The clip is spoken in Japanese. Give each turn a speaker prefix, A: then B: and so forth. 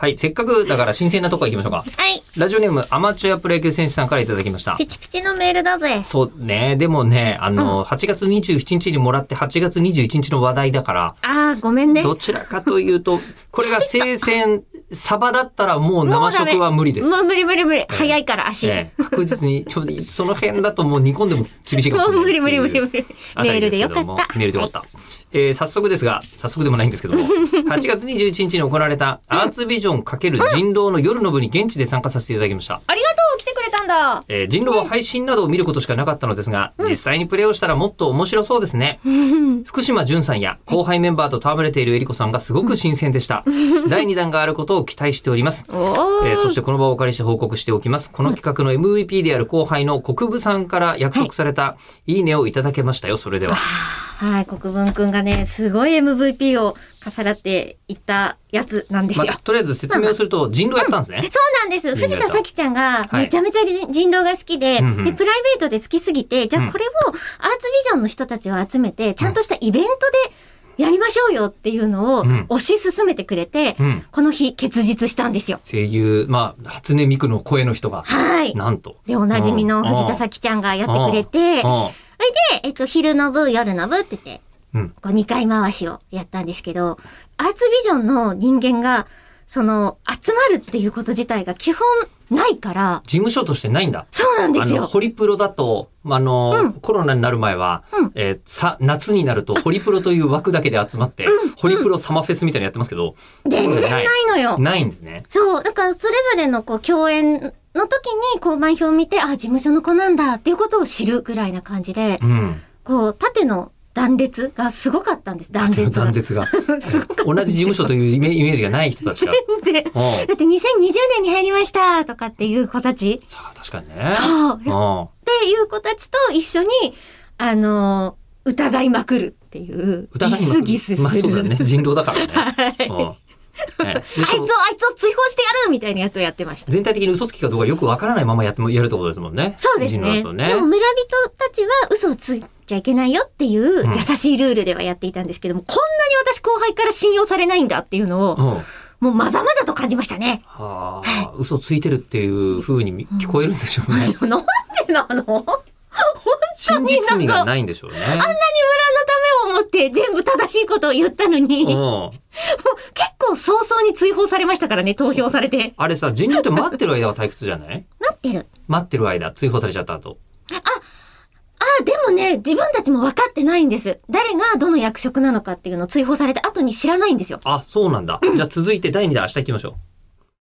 A: はい、せっかくだから新鮮なとこ行きましょうか。
B: はい。
A: ラジオネームアマチュアプロ野球選手さんからいただきました。
B: ピチピチのメールだぜ。
A: そうね、でもね、あの、8月27日にもらって8月21日の話題だから、
B: ああ、ごめんね。
A: どちらかというと、これが生鮮サバだったらもう生食は無理です。
B: もう無理無理無理。早いから足。
A: ええ確実に、ちょっとその辺だともう煮込んでも厳しいかも
B: も
A: し
B: う
A: れない
B: 無理無理無理無理。
A: あ
B: メ
A: た
B: ー
A: り
B: ルですよ
A: け
B: か
A: ど
B: っ
A: も
B: た。
A: メールでよかった。えー早速ですが、早速でもないんですけど も、8月21日に行われたアーツビジョン×人狼の夜の部に現地で参加させていただきました。
B: ありがとう来てくれたんだ
A: えー人狼は配信などを見ることしかなかったのですが、実際にプレイをしたらもっと面白そうですね。福島淳さんや後輩メンバーと戯れているえりこさんがすごく新鮮でした。第2弾があることを期待しております。
B: お
A: えーそ
B: ー
A: してこの場をお借りして報告しておきます。この企画の MVP である後輩の国分さんから約束されたいいねをいただけましたよ、それでは。
B: はい、国分くんがね、すごい MVP を重ねていったやつなんです
A: ま
B: よ。
A: あ、とりあえず説明をすると人狼やったんですね。
B: そうなんです。
A: みんな
B: 藤田咲ちゃんが
A: はい
B: めちゃめちゃ人人狼が好きで、
A: うんうん
B: で、プライベートで好きすぎて、じゃ
A: うん
B: あこれをアーツビジョンの人たちを集めて、ちゃんとしたイベントでやりましょうよっていうのを
A: うん
B: 推し進めてくれて、
A: うん
B: この日結実したんですよ。
A: 声優、まあ、初音ミクの声の人が、
B: はい。
A: なんと。
B: で、おなじみの藤田咲ちゃんがやってくれて、で、
A: あ
B: えっと、昼の部、夜の部って言って、
A: あうん。
B: こう2回回しをやったんですけど、アーツビジョンの人間が、その、集まるっていうこと自体が基本ないから、
A: 事務所としてないんだ。
B: そうなんで
A: あ
B: す
A: の、
B: よ。
A: ホリプロだと、まああの、コロナになる前は、
B: うん
A: えーさ、夏になると、ホリプロという枠だけで集まって、ホリプロサマフェスみたいなのやってますけど、
B: 全然ないのよ。
A: ないんですね。
B: そう、だからそれぞれのこう共演の時にこう満表を見て、あ、事務所の子なんだっていうことを知るぐらいな感じで
A: う、ん。
B: こう、縦の断裂がすごかったんです。断絶が。
A: 断絶が。
B: すごかった。
A: 同じ事務所というイメイメージがない人たち が。
B: 全然。
A: うん
B: だって2020年に入りましたとかっていう子たち。
A: さあ、確かにね。
B: そう。っ
A: うん。
B: ていう子たちと一緒に、あのー疑いまくるっていう。
A: 疑い
B: ギ
A: ま
B: スギスする。
A: まあそうだね。人狼だからね。
B: はい。
A: うんええで
B: あいつ
A: しょ、
B: をあいつを追放してやるみたいなやつをやってました。
A: 全体的に嘘つきかどうかよくわからないままやってもやるってことですもんね。
B: そうです
A: 人狼
B: ね。
A: だと
B: でも村人たちは嘘をついちゃいけないよっていう
A: うん
B: 優しいルールではやっていたんですけども、こんなに私後輩から信用されないんだっていうの
A: う
B: を、
A: ん。は
B: もうまざまざと感じましたね。
A: あ、嘘ついてるっていう風に聞こえるんでしょうね。
B: なんでなの本当
A: 真
B: に
A: 実味
B: な
A: が
B: んか、
A: ないんでしょうね。
B: 村のためを思って全部正しいことを言ったのに、も
A: う
B: う
A: ん。
B: 結構早々に追放されましたからね、投票されて。
A: あれさ、人狼って待ってる間は退屈じゃない
B: 待ってる。
A: 待ってる間、追放されちゃった後。
B: ああ、でもね、自分たちも分かってないんです。誰がどの役職なのかっていうのを追放された後に知らないんですよ。
A: あ、そうなんだ。じゃあ続いて第2弾、明日行きましょう。